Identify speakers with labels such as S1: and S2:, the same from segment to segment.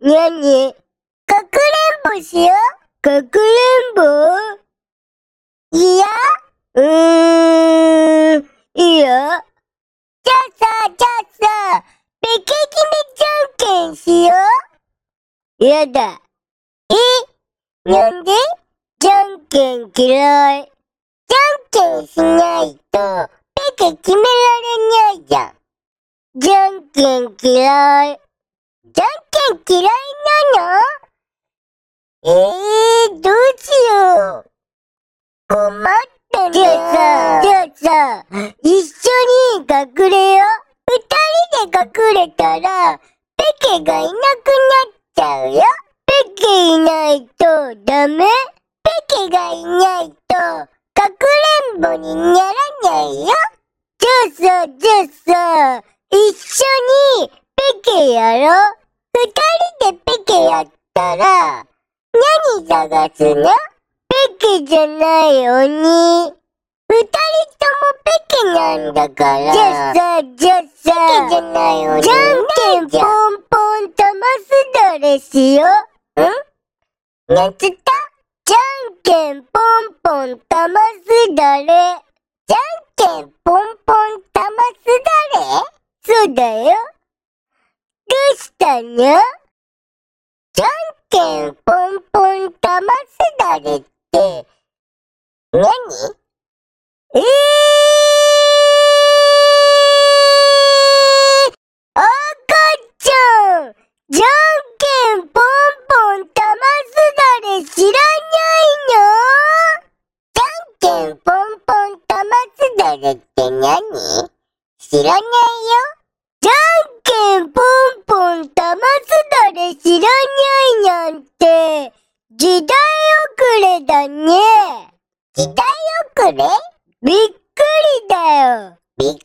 S1: なに
S2: かくれんぼしよ
S1: かくれん
S2: う。いや
S1: ぼうーん、いいよ。
S2: じゃあさ、じゃあさ、ペケ決めじゃんけんしよ
S1: やだ。
S2: う。なんで
S1: じゃんけん嫌い。
S2: じゃんけんしないと、ペケ決められないじゃん。
S1: じゃんけん嫌い。
S2: じゃんけん嫌いなのえー、どうしよう。困ったな。
S1: じゃあさ、じゃあさ、一緒に隠れよ
S2: 二人で隠れたら、ペケがいなくなっちゃう
S1: う。
S2: よ。
S1: ペケいないとダメ
S2: ペケがいないと、かくれんぼにならないよ。
S1: じゃあさ、じゃあさ、一緒にペケやろう。
S2: 二人でペケやったら、何探すの
S1: ペケじゃない鬼。
S2: 二人ともペケなんだから。
S1: じゃあさ、じゃあ
S2: ペケじゃ
S1: さ、
S2: ないよね。
S1: じゃんけんポンポン玉すだれしよう。
S2: なんつった
S1: じゃんけんポンポン玉すだれ。
S2: じゃんけんポンポン玉すだれ
S1: そうだよ。どうしたにゃ
S2: じゃんけんポンポン玉すだれって、何
S1: ええー、赤ちゃんじゃんけんポンポン玉すだれ知らない
S2: じゃんけんポンポン玉すだれって何知らな
S1: の
S2: いよ。
S1: じゃんけんポンポン玉すだれ知らないなんて、時代遅れだね。
S2: 時代遅れ
S1: びっくりだよ。
S2: びっくり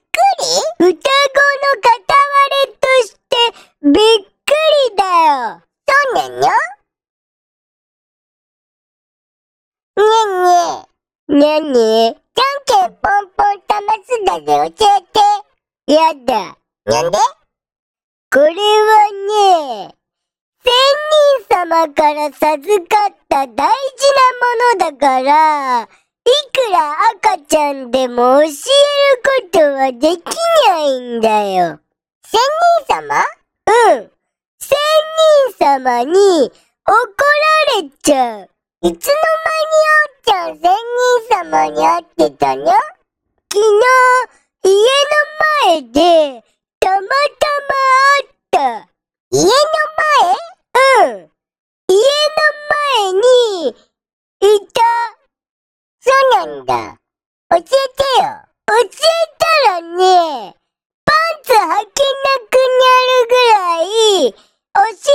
S1: 双子の片割れとしてびっくりだよ。
S2: そうなのねえねえ。
S1: なに
S2: じゃんけんポンポン玉すだれ教えて。
S1: やだ。
S2: なんで
S1: これはね、仙人様から授かった大事なものだから、いくら赤ちゃんでも教えることはできないんだよ。
S2: 神様
S1: うん。仙人様に怒られちゃう。
S2: いつの間におっちゃん仙人様に会ってたの
S1: 昨日、家の前で、たまたま会った。
S2: 家
S1: う
S2: の
S1: ん。家の前に、いた。
S2: そうなんだ。教えてよ。
S1: 教えたらね、パンツ履けなくなるぐらい、お尻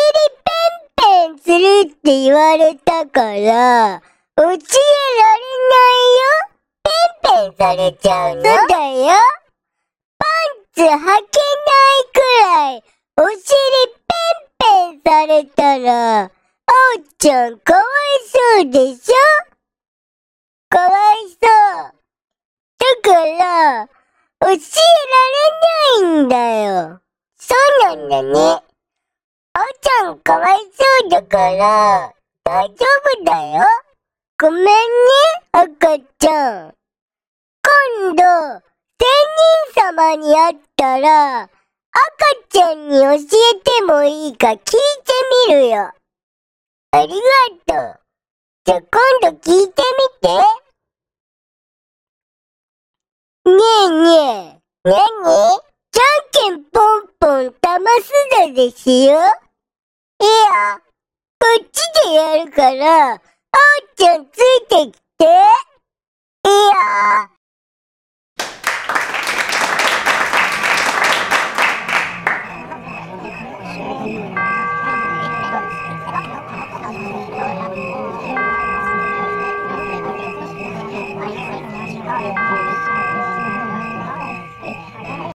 S1: ペンペンするって言われたから、教えられないよ。
S2: ペンされちゃうの
S1: そうだよ。パンツ履けないくらい、お尻ペンペンされたら、あおちゃんかわいそうでしょかわいそう。だから、教えられないんだよ。
S2: そうなんだね。おっちゃんかわいそうだから、大丈夫だよ。
S1: ごめんね、赤ちゃん。今度、仙人様に会ったら、赤ちゃんに教えてもいいか聞いてみるよ。
S2: ありがとう。じゃあ今度聞いてみて。
S1: ねえねえ、
S2: 何
S1: じゃんけんポンポン玉すだれしよう。
S2: いいよ。
S1: こっちでやるから、あおちゃんついてきて。
S2: いいよ。